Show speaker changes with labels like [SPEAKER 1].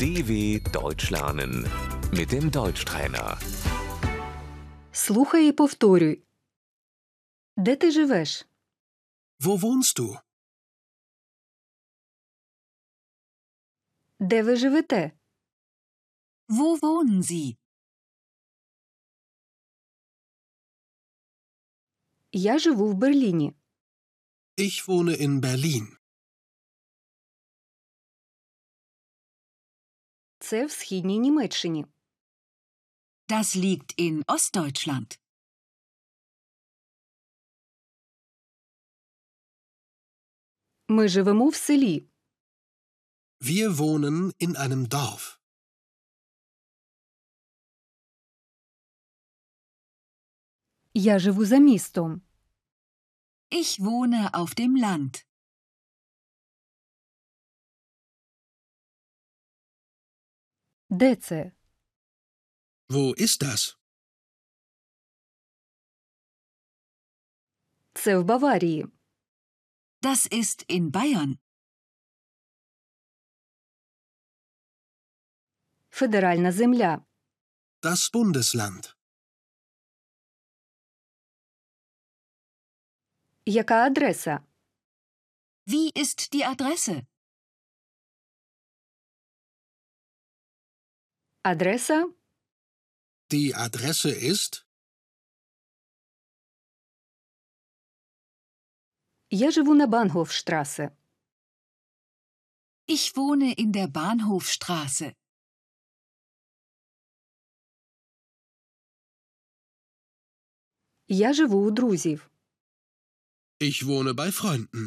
[SPEAKER 1] DW Deutsch lernen mit dem Deutschtrainer.
[SPEAKER 2] Слухай і повторюй. Де ти живеш?
[SPEAKER 3] Wo wohnst du?
[SPEAKER 2] Де ви живете?
[SPEAKER 4] Wo wohnen Sie?
[SPEAKER 2] Я живу в Берліні.
[SPEAKER 3] Ich wohne in Berlin.
[SPEAKER 2] Це в східній Німеччині.
[SPEAKER 4] Das liegt in Ostdeutschland.
[SPEAKER 2] Ми живемо в селі.
[SPEAKER 3] Wir wohnen in einem Dorf.
[SPEAKER 2] Я живу за містом.
[SPEAKER 4] Ich wohne auf dem Land.
[SPEAKER 2] Де це?
[SPEAKER 3] Wo ist das?
[SPEAKER 2] Це в Баварії.
[SPEAKER 4] Das ist in Bayern.
[SPEAKER 2] Федеральна земля.
[SPEAKER 3] Das Bundesland.
[SPEAKER 2] Яка адреса?
[SPEAKER 4] Wie ist die Adresse?
[SPEAKER 2] Адреса
[SPEAKER 3] Die Adresse ist
[SPEAKER 2] Я живу на Бангофштрасе.
[SPEAKER 4] Ich wohne in der Bahnhofstraße.
[SPEAKER 2] Я живу у друзів.
[SPEAKER 3] Ich wohne bei Freunden.